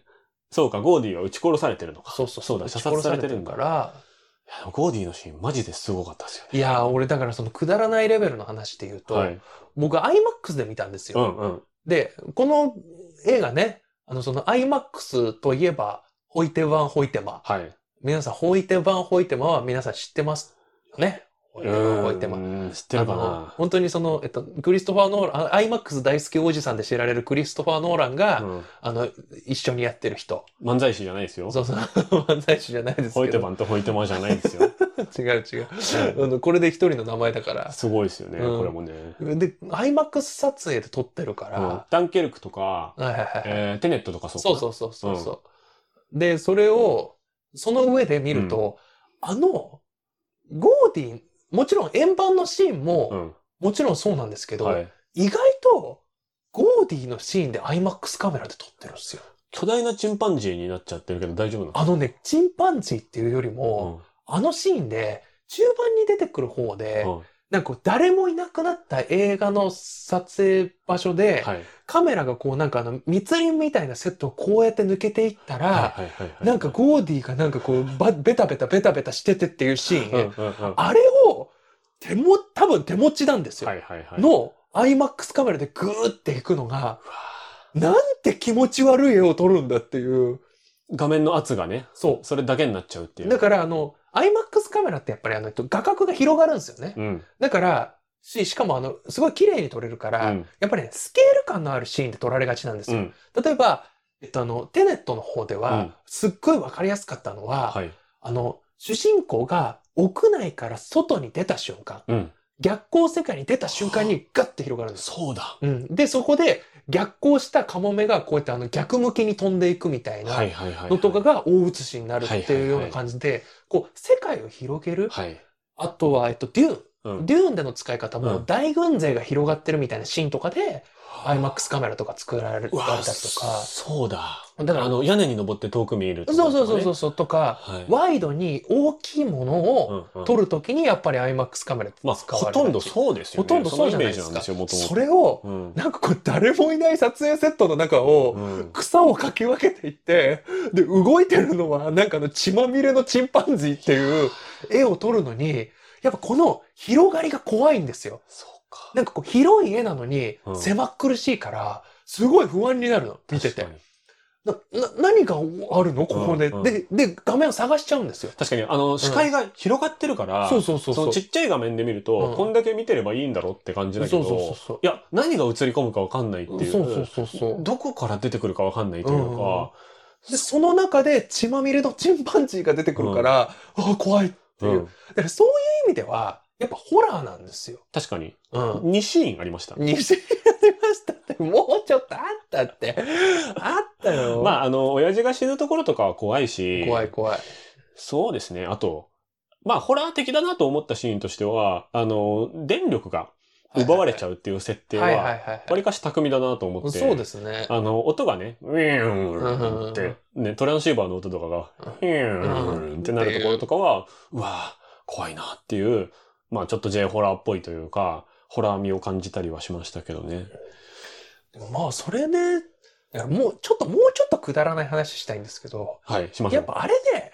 B: そうか、ゴーディは撃ち殺されてるのか。
C: そうそう
B: そうだ、射殺されてるんだ
C: 撃ち殺されから。
B: いやでもゴーディのシーンマジですごかったですよね。
C: いやー、俺だからそのくだらないレベルの話で言うと、
B: はい。
C: 僕 IMAX で見たんです
B: う
C: よ。
B: んうん。
C: で、この映画ね、あのその IMAX といえば、ホイテワンホイテマ。
B: はい。
C: 皆さん、ホイテワンホイテマは皆さん知ってますよね。ホイテワンホイテマ。
B: うん知ってるか
C: あの
B: な
C: 本当にその、えっと、クリストファー・ノーラン、あ IMAX 大好きおじさんで知られるクリストファー・ノーランが、
B: うん
C: あの、一緒にやってる人。
B: 漫才師じゃないですよ。
C: そう そう、漫才師じゃないです
B: ホイ
C: け
B: テ
C: ど。
B: マンとホイテマじゃないです よ。
C: 違う違う。あの、これで一人の名前だから。
B: すごいですよね、
C: うん
B: これもね。
C: で、IMAX 撮影で撮ってるか
B: うん
C: ら、
B: ダンケルクとか、
C: はいはいはい。
B: えーテネットとかそうか
C: そ
B: な
C: うそうそうそうそう、で、それを、その上で見ると、あの、ゴーディン、もちろん円盤のシーンも、
B: うん。
C: もちろんそうなんですけど、
B: はい。
C: 意外と、ゴーディのシーンで IMAX カメラで撮ってるんですよ。
B: 巨大なチンパンジーになっちゃってるけど大丈夫なの
C: あのね、チンパンジーっていうよりも、あのシーンで、中盤に出てくる方で、
B: うんうん
C: なんかこう誰もいなくなった映画の撮影場所で、
B: はい。
C: カメラがこうなんかあの密林みたいなセットをこうやって抜けていったら、
B: はいはいはいはい。
C: なんかゴーディがなんかこうばベタベタベタベタしててっていうシーン、
B: うんうんうんは
C: あれを手も多分手持ちなんです
B: い
C: よ、
B: はいはい。
C: の IMAX カメラでグーっていくのがなんて気持ち悪い絵を撮るんだっていう
B: 画面の圧がね、
C: そ
B: それだけになっちゃうっていうう。
C: だからあの IMAX カメラってやっぱりあの画角が広がるんですよね、
B: うん。
C: だからししかもあのすごい綺麗に撮れるか
B: う
C: ら、
B: ん。
C: やっぱり、ね、スケール感のあるシーンで撮られがちなんです
B: う
C: よ、
B: ん。
C: 例えば、えっと、あのテネットの方では、
B: うん
C: すっごいわかりやすかったのは、
B: はい。
C: あの、主人公が屋内から外に出た瞬間、
B: うん。
C: 逆光世界に出た瞬間にガッて広がるんです。
B: そうだ。
C: うん。で、そこで逆光したカモメがこうやってあの逆向きに飛んでいくみたい
B: は
C: ない
B: はいはい。
C: のとかが大写しになるっていうような感じで、こう、世界を広げる。
B: はい。
C: あとは、えっと、デュー
B: う
C: ン。
B: ん。
C: デューンでの使い方
B: う
C: も
B: ん
C: 大軍勢が広がってるみたいなシーンとかで、IMAX カメラとか作られたりと
B: うわ
C: か、
B: そうだ。
C: だから
B: あの、屋根に登って遠く見えるとか
C: そ
B: ね
C: うそうそうそうそうとか、
B: はい。
C: ワイドに大きいものを、
B: うんうん
C: 撮るときにやっぱり IMAX カメラって
B: まあ、
C: 使わ
B: ほ
C: れがち
B: とんどそうですよね。
C: ほとんどそうじゃないです
B: のイメージなんですよ、
C: か。
B: もともと。
C: それを、
B: うん。
C: なんかこう誰もいない撮影セットの中を、
B: うん
C: 草をかき分けていって、で、動いてるのはなんかあの血まみれのチンパンジーっていう絵を撮るのに、やっぱこの広がりが怖いんですよ。
B: そうか。
C: なんかこう広い絵なのに
B: うん
C: 狭苦しいから、すごい不安になるの、見てて
B: 確か。に。
C: な、な、何があるのここで、
B: うんうん
C: で、で、画面を探しちゃうんですよ。
B: 確かに、あの、視界が広がってるから、
C: そうそうそ
B: そ
C: うそう。
B: のちっちゃい画面で見ると、
C: うん
B: こんだけ見てればいいんだろうって感じだけ
C: そうそうそう
B: ど、
C: そう。
B: いや、何が映り込むかわかんないっていう。
C: そうそうそうそう。
B: どこから出てくるかわかんないというか、
C: で、その中で血まみれのチンパンジーが出てくるから、ああ、怖いっていう。
B: うん
C: だからそういう意味では、やっぱホラーなんですよ。
B: 確かに、
C: うん。
B: 2シーンありました。
C: にしやりましたって、もうちょっとあった って。あったよ。
B: まあ、あの、親父が死ぬところとかは怖いし、
C: 怖い怖い。
B: そうですね。あと、まあ、ホラー的だなと思ったシーンとしては、あの、電力が奪われち
C: ゃ
B: ゃうっていう設定
C: はいはいは、
B: はい
C: はい
B: わりかし巧みだなと思って。
C: そうですね。
B: あの、音がね、ウィーンっ
C: うんう
B: て
C: ん、
B: ね、トランシーバーの音とかが、ウィーンってなるところとかは、うわぁ、怖いなっていう、まあちょっと J ホラーっぽいというか、ホラー味を感じたりはしましたけどね。
C: まあ、それで、だからもう、ちょっと、もうちょっとくだらない話したいんですけど、
B: はい、しましょ
C: や
B: う
C: っ。ぱあれね、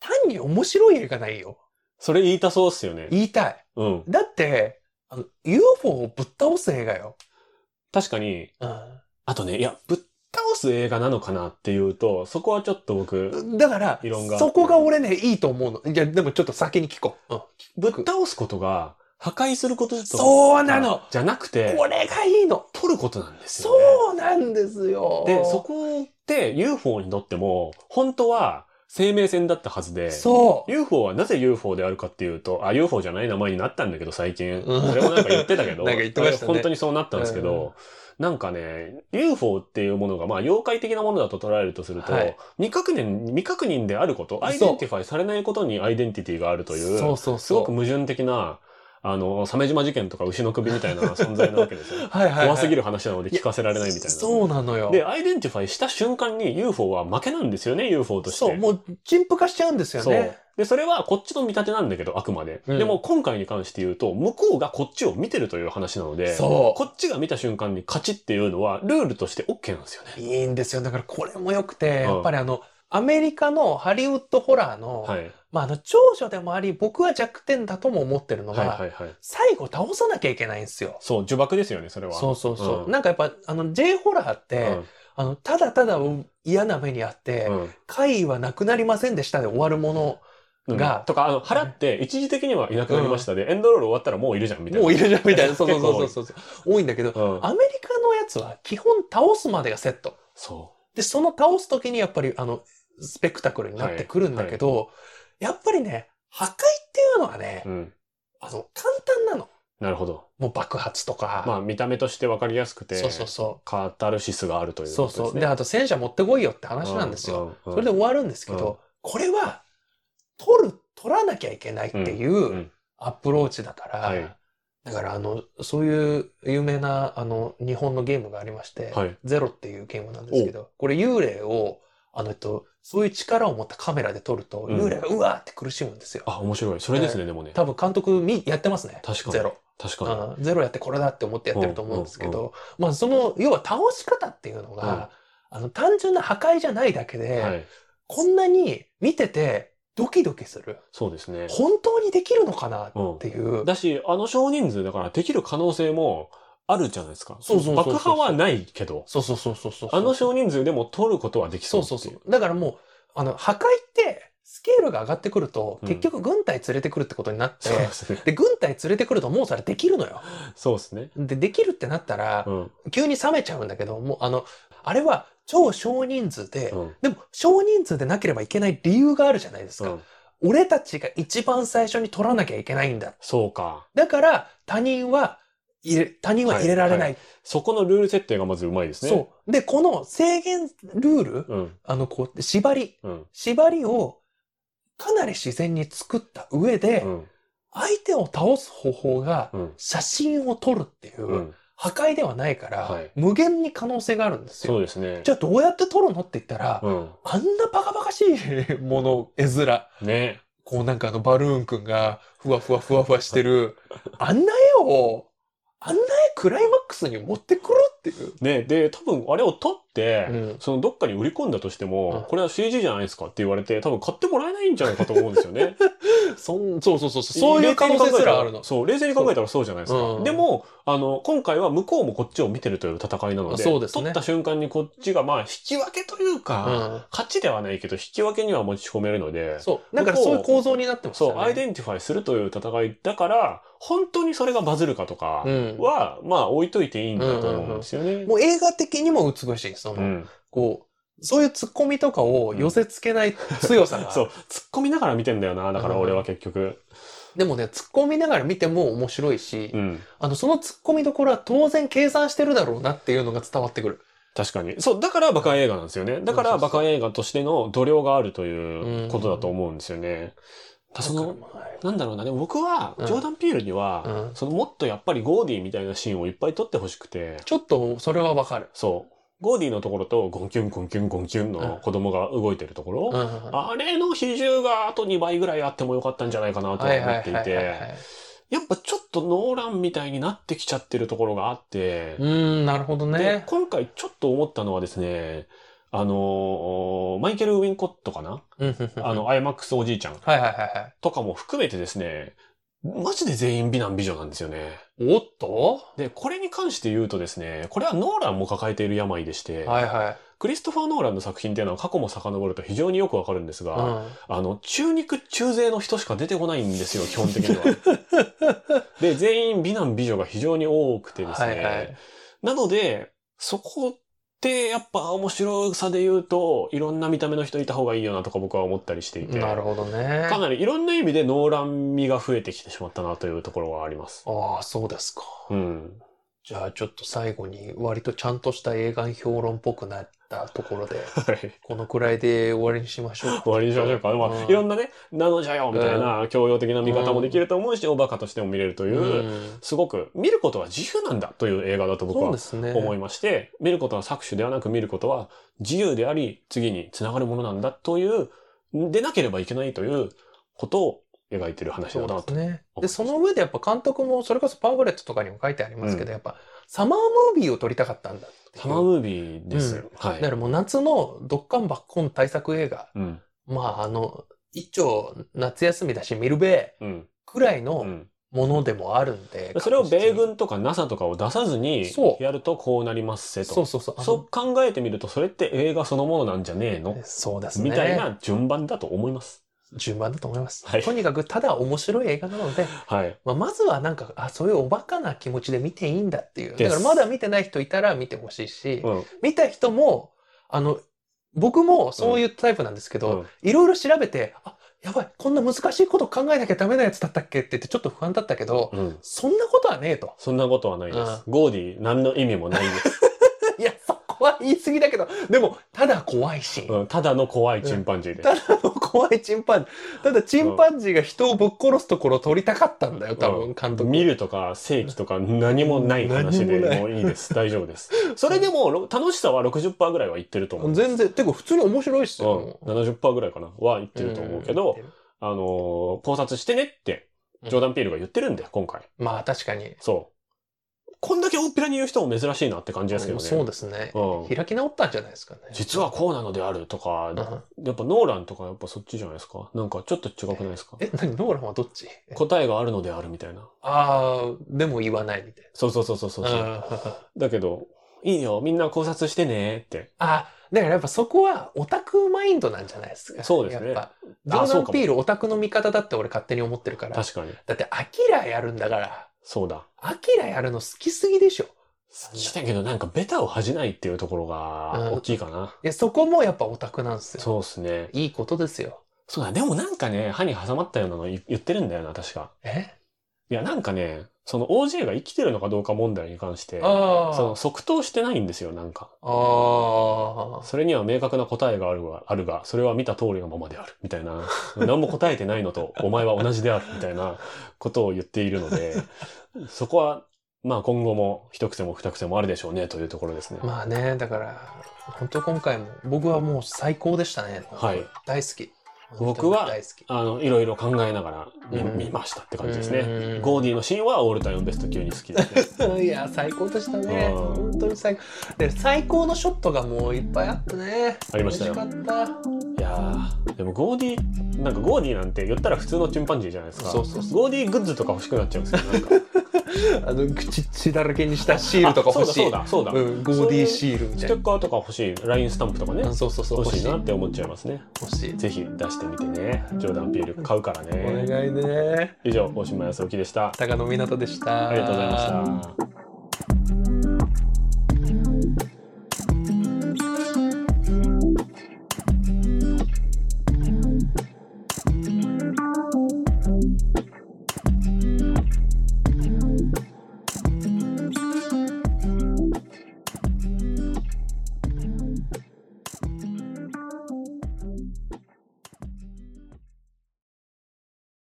C: 単に面白い映画ないよ。
B: それ言いたそうっすよね。
C: 言いたい。
B: うん。
C: だって、あの UFO をぶっ倒す映画よ。
B: 確かに、
C: う
B: あとね、いや、ぶっ倒す映画なのかなっていうと、そこはちょっと僕、
C: ん。だから
B: 異論があ、って
C: そこが俺ね、いいと思うの。いや、でもちょっと先に聞こう。うん、
B: ぶっ倒すことが、破壊することだと。
C: そうなの
B: じゃなくて、
C: これがいいの
B: 取ることなんですよ、ね。
C: そうなんですよ。
B: で、そこって UFO にとっても、本当は生命線だったはずで、
C: そう
B: UFO はなぜ UFO であるかっていうと、あ、UFO じゃない名前になったんだけど、最近。
C: うん
B: それもなんか言ってたけど、
C: なんか言ってましたね
B: 本当にそうなったんですけど、なんかね、UFO っていうものが、まあ、妖怪的なものだと捉えるとすると、
C: はい
B: 未確認、未確認であること、
C: そう
B: アイデンティファイされないことにアイデンティティがあるという、
C: そうそうそう。。
B: すごく矛盾的な、あの、鮫島事件とか牛の首みたいな存在なわけですよ
C: はいはいはい、
B: 怖すぎる話なので聞かせられないみたいな。
C: そうなのよ。
B: で、アイデンティファイした瞬間に UFO は負けなんですよね、UFO として。
C: そう、もう、陳腐化しちゃうんですよ
B: そう
C: ね。。
B: で、それはこっちの見立てなんだけど、あくまで。
C: うん
B: でも今回に関して言うと、向こうがこっちを見てるという話なので、
C: そ
B: こっちが見た瞬間に勝ちっていうのは、ルールとして OK なんですよね。
C: う。いいんですよ。だからこれも良くて、
B: うん
C: やっぱりあの、アメリカのハリウッドホラーの、
B: はい。
C: まああの、長所でもあり、僕は弱点だとも思ってるのが、
B: はいはいはい。
C: 最後倒さなきゃいけないんですよ。
B: そう、呪縛ですよね、それは。
C: そうそうそう。
B: うん
C: なんかやっぱ、あの、J ホラーっ
B: う
C: て、
B: ん。
C: あの、ただただうん嫌な目にあって、
B: うん
C: 怪異はなくなりませんでしたで終わるもの、
B: うん
C: が
B: とか、あの、払って、一時的にはいなくなりましたで、エンドロール終わったらもういるじゃん、みたいな。
C: もういるじゃんみたいな。そう
B: 結構
C: そ うそうそう。多いんだけ
B: う
C: ど、
B: ん
C: アメリカのやつは基本倒すまでがセット。
B: そ
C: で、その倒すときにやっぱり、あの、スペクタクルになってくるんだけど、やっぱりね、破壊っていうのはね、
B: う。うん。
C: あの、簡単なの。
B: なるほど。
C: もう爆発とか。
B: まあ、見た目として分かりやすくて、
C: そうそうそ
B: カタルシスがあると
C: う。
B: いう
C: そ
B: こ
C: う
B: とで
C: そ
B: す
C: う。
B: ね。
C: で、あと戦車持ってこいよって話なんですよ。
B: うん。
C: それで終わるんですけど、
B: うん
C: これは、取る、取らなきゃいけないって
B: うんう
C: いうんアプローチだから、
B: はい
C: だからあの、そういう有名な、あの、日本のゲームがありまして、
B: はい
C: ゼロっていうゲームなんですけど、これ幽霊を、あの、えっと、そういう力を持ったカメラで撮ると、
B: うん
C: 幽霊がうわーって苦しむんですよ。
B: あ、面白い。それですね、でもね。
C: 多分監督みやってますね。
B: 確かに
C: ゼロ。
B: 確かに。
C: うん、ゼロやってこれだって思ってやってると思うんですけど、まあその、要は倒し方っていうのが、あの、単純な破壊じゃないだけで、
B: はい。
C: こんなに見ててドキドキする。
B: そうですね。
C: 本当にできるのかな
B: う
C: っ
B: ん。
C: ていう。
B: だし、あの少人数だからできる可能性もあるじゃないですか。
C: そうそうそうそう
B: 爆破はないけど、
C: そうそうそうそうそう。
B: あの少人数でも取ることはできそ
C: そうう
B: ってい
C: そうそう。だからもう、あの、破壊って、スケールが上がってくると、
B: うん
C: 結局軍隊連れてくるってことになっ て、
B: そうですね。
C: で、軍隊連れてくるともうそれできるのよ。
B: そうですね。
C: で、できるってなったら
B: う、ん。
C: 急に冷めちゃうんだけど、もうあの、あれは超少人数で、
B: うん。
C: でも少人数でなければいけない理由があるじゃないです
B: う
C: か。
B: ん
C: 俺たちが一番最初に取らなきゃいけないんだ。
B: そうか。
C: だから、他人は入れ、他人は入れられない。
B: そこのルール設定がまずうまいですね。
C: そう。で、この制限ルール、
B: う。うん。
C: あの、こう、縛り、
B: うん。
C: 縛りをかなり自然に作った上で、
B: うん。
C: 相手を倒す方法が
B: うん。
C: 写真を撮るっていう、
B: うん。
C: 破壊ではないから、
B: はい
C: 無限に可能性があるんです
B: そう
C: よ。
B: ですね
C: じ。ゃあどうやって撮るのって言ったら、
B: うん。
C: あんなバカバカしいもの、絵面。
B: ね。
C: こうなんかあのバルーンくんがふわふわふわふわし てる、あんな絵を、あんな絵クライマックスに持ってくるっていう。
B: ね。で、多分あれを取って、
C: うん
B: そのどっかに売り込んだとしても、
C: うん
B: これは CG じゃないですかって言われて、多分買ってもらえないんじゃないかと思うんですよね。
C: そんそうそうそうそう、そういう可能性すらあるの。
B: そう、冷静に考えたらそうじゃないですか。
C: うん
B: でも、あの、今回は向こうもこっちを見てるという戦いなので、
C: そうですね
B: 取った瞬間にこっちが、まあ、引き分けというか、勝ちではないけど、引き分けには持ち込めるので、そ
C: そう。だからそういう構造になって
B: う、
C: ますよね。
B: アイデンティファイするという戦いだから、本当にそれがバズるかとか
C: うん
B: は、まあ、置いといていいんだと思うんですよね。
C: もう映画的にも美しい。その、
B: うん
C: こう、そういう突っ込みとかを寄せ付けない強さが。
B: そう、突っ込みながら見てんだよな、だから俺は結局。
C: でもね、突っ込みながら見ても面白いし、
B: うん
C: あの、その突っ込みどころは当然計算してるだろうなっていうのが伝わってくる。
B: 確かに。そう、だからバカ映画なんですよね。だから
C: そうそうそ
B: バ
C: う
B: カ映画としての度量があると
C: う
B: い
C: ん
B: うことだと思うんですよね。たその、なんだろうな、でも僕は、
C: うん
B: ジョーダン・ピールには、
C: うん
B: そのもっとやっぱりゴーディみたいなシーンをいっぱい撮ってほしくて、
C: ちょっと、それはわかる。
B: そう。ゴーディのところと、ゴンキュン、ゴンキュン、ゴンキュンの子供が動いてるところ、
C: うん
B: あれの比重があと2倍ぐらいあってもよかったんじゃないかなとは
C: はいはい
B: 思ってい
C: はいはいは
B: て、
C: い
B: やっぱちょっとノーランみたいになってきちゃってるところがあって、
C: うーん、なるほど
B: で
C: ね。
B: 今回ちょっと思ったのはですね、あのーマイケル・ウィンコットかな、
C: うんうんうん
B: あの、アイマックスおじいちゃん
C: はいはいはいはい。
B: とかも含めてですね、マジで全員美男美女なんですよね。
C: おっと
B: で、これに関して言うとですね、これはノーランも抱えている病でして、
C: はいはい。
B: クリストファー・ノーランの作品っていうのは過去も遡ると非常によくわかるんですが、
C: うん
B: あの、中肉中背の人しか出てこないんですよ、基本的には。 で、全員美男美女が非常に多くてですね。
C: はいはい
B: なので、そこってやっぱ面白さで言うと、いろんな見た目の人いた方がいいよなとか僕は思ったりしていて。
C: なるほどね。
B: かなりいろんな意味でノーラン味が増えてきてしまったなというところはあります。
C: ああ、そうですか。
B: うん。
C: じゃあちょっと最後に割とちゃんとした映画評論っぽくなったところ で、
B: はい。
C: このくらいで終わりにしましょうか。
B: 終わりにしましょうか。まあ、
C: うん
B: いろんなね、なのじゃよみたいな教養的な見方もできると思うし、おバカとしても見れるという、
C: うん
B: すごく見ることは自由なんだという映画だと僕
C: そう
B: は
C: ですね。
B: 思いまして、見ることは搾取ではなく見ることは自由であり、次につながるものなんだという、でなければいけないということを描いてる話
C: そ
B: だ
C: うで
B: な
C: す
B: と。
C: ね。で、その上でやっぱ監督も、それこそパンフレットとかにも書いてありますけど、やっぱサマームービーを撮りたかったんだっていう
B: サマームービーです。
C: うん
B: は
C: だか
B: い。
C: らもう夏のドッカンバッコン対策映画、
B: うん。
C: まああの、一丁夏休みだし見るべ
B: うん。
C: くらいうの
B: ん。
C: ものでもあるんで。
B: それを米
C: 確実に
B: 軍とか NASA とかを出さずに
C: そう
B: やるとこうなりますせ
C: そう
B: と。
C: そうそう。あの
B: そう考えてみると、それって映画そのものなんじゃねえの
C: そうですね。
B: みたいな順番だと思います。
C: 順番だと思います。
B: はい
C: とにかくただ面白い映画なので、
B: はい。
C: まあ、まずはなんか、あ、そういうおバカな気持ちで見ていいんだっていう。
B: で
C: だ
B: す
C: からまだ見てない人いたら見てほしいし、
B: うん。
C: 見た人も、あの、僕もそういうタイプなんですけ
B: う
C: ど、
B: ん
C: いろいろ調べて、あ、やばい、こんな難しいこと考えなきゃダメなやつだったっけって言ってちょっと不安だったけど、
B: うん。
C: そんなことはねえと。
B: そんなことはないです。ゴーディ、何の意味も ないです。
C: いや、そこは言い過ぎだけど、でも、ただ怖いし、
B: うん、ただの怖いチンパンジーです。
C: ただの 怖いチンパンジー。ただチンパンジーが人をぶっ殺すところを撮りたかったんだよ、多
B: う
C: 分、監督。
B: 見るとか正規とか何もない話で
C: 何もない
B: もういい です。大丈夫です。それでもろ楽しさは60%ぐらいは言ってると思う。
C: 全然、てか普通に面白いっす
B: うん、
C: よ。
B: 70%ぐらいかなは言ってると思うけど、
C: ん
B: あのー考察してねって、ジョーダン・ピールが言ってるんだよ、今回。
C: まあ確かに。
B: そう。こんだけ大っぴらに言う人も珍しいなって感じですけどね。
C: そうですね。
B: うん。
C: 開き直ったんじゃないですかね。
B: 実はこうなのであるとか、
C: うん
B: やっぱノーランとかやっぱそっちじゃないですか。なんかちょっと違くないですか
C: え、何ノーランはどっち
B: 答えがあるのであるみたいな。
C: ああ、でも言わないみたい
B: そうそうそうそうそう
C: な。
B: そう。
C: あ
B: だけど、いいよ、みんな考察してねって。
C: あ、だからやっぱそこはオタクマインドなんじゃないですか。
B: そうですね
C: やっぱ、ジョ
B: あ
C: ー
B: そ
C: ダ
B: う
C: ン・
B: かも
C: ピールオタクの味方だって俺勝手に思ってるから。
B: 確かに。
C: だって、アキラやるんだから、
B: そうだ。
C: アキラやるの好きすぎでしょ。
B: 好きだけどなんかベタを恥じないっていうところが
C: うん
B: 大きいかな。
C: いや、そこもやっぱオタクなんですよ。
B: そうですね。
C: いいことですよ。
B: そうだ、でもなんかね、歯に挟まったようなの言言ってるんだよな、確か。
C: え
B: いや、なんかね、その OJ が生きてるのかどうか問題に関して、そ
C: ああ。
B: の即答してないんですよ、なんか。
C: ああ。
B: それには明確な答えがあるが、あるが、それは見た通りのままである、みたいな。何も答えてないの と、お前は同じである、みたいなことを言っているの で、そこは、まあ今後も一癖も二癖もあるでしょうね、というところですね。
C: まあね、だから、本当今回も、僕はもう最高でしたね。
B: はい。
C: 大好き。
B: 僕は
C: 大好き。
B: あの、いろいろ考えながら見,、
C: うん
B: 見ましたって感じです
C: う
B: ね。
C: ん
B: ゴーディのシーンはオールタイムベスト級に好きです ね。
C: いや、最高でしたね。
B: うん
C: 本当に最高。で、最高のショットがもういっぱいあったね。
B: ありましたよ
C: 美味しかっ
B: いやーでもゴーディ、なんかゴーディなんて言ったら普通のチンパンジーじゃないですか。
C: そうそうそ
B: ゴーディグッズとか欲しくなっちゃうんですよ。なんか
C: た。あの、口血だらけにしたシールとか欲し
B: あ
C: い。
B: そうだそうだそうだ
C: ん、ゴーディーシールみた
B: ス
C: い
B: テ
C: な。
B: ッカーとか欲しい、ラインスタンプとかね
C: あ。そうそうそう、
B: 欲
C: 欲
B: し
C: し
B: い
C: い。
B: なっ
C: 欲
B: て思っちゃいますね。
C: しい。
B: ぜひ出してみてね。ジョーダンピール買うから
C: お
B: ね。
C: 願いね。
B: 以上、大島康之でした。
C: 高野湊でした。
B: ありがとうございました。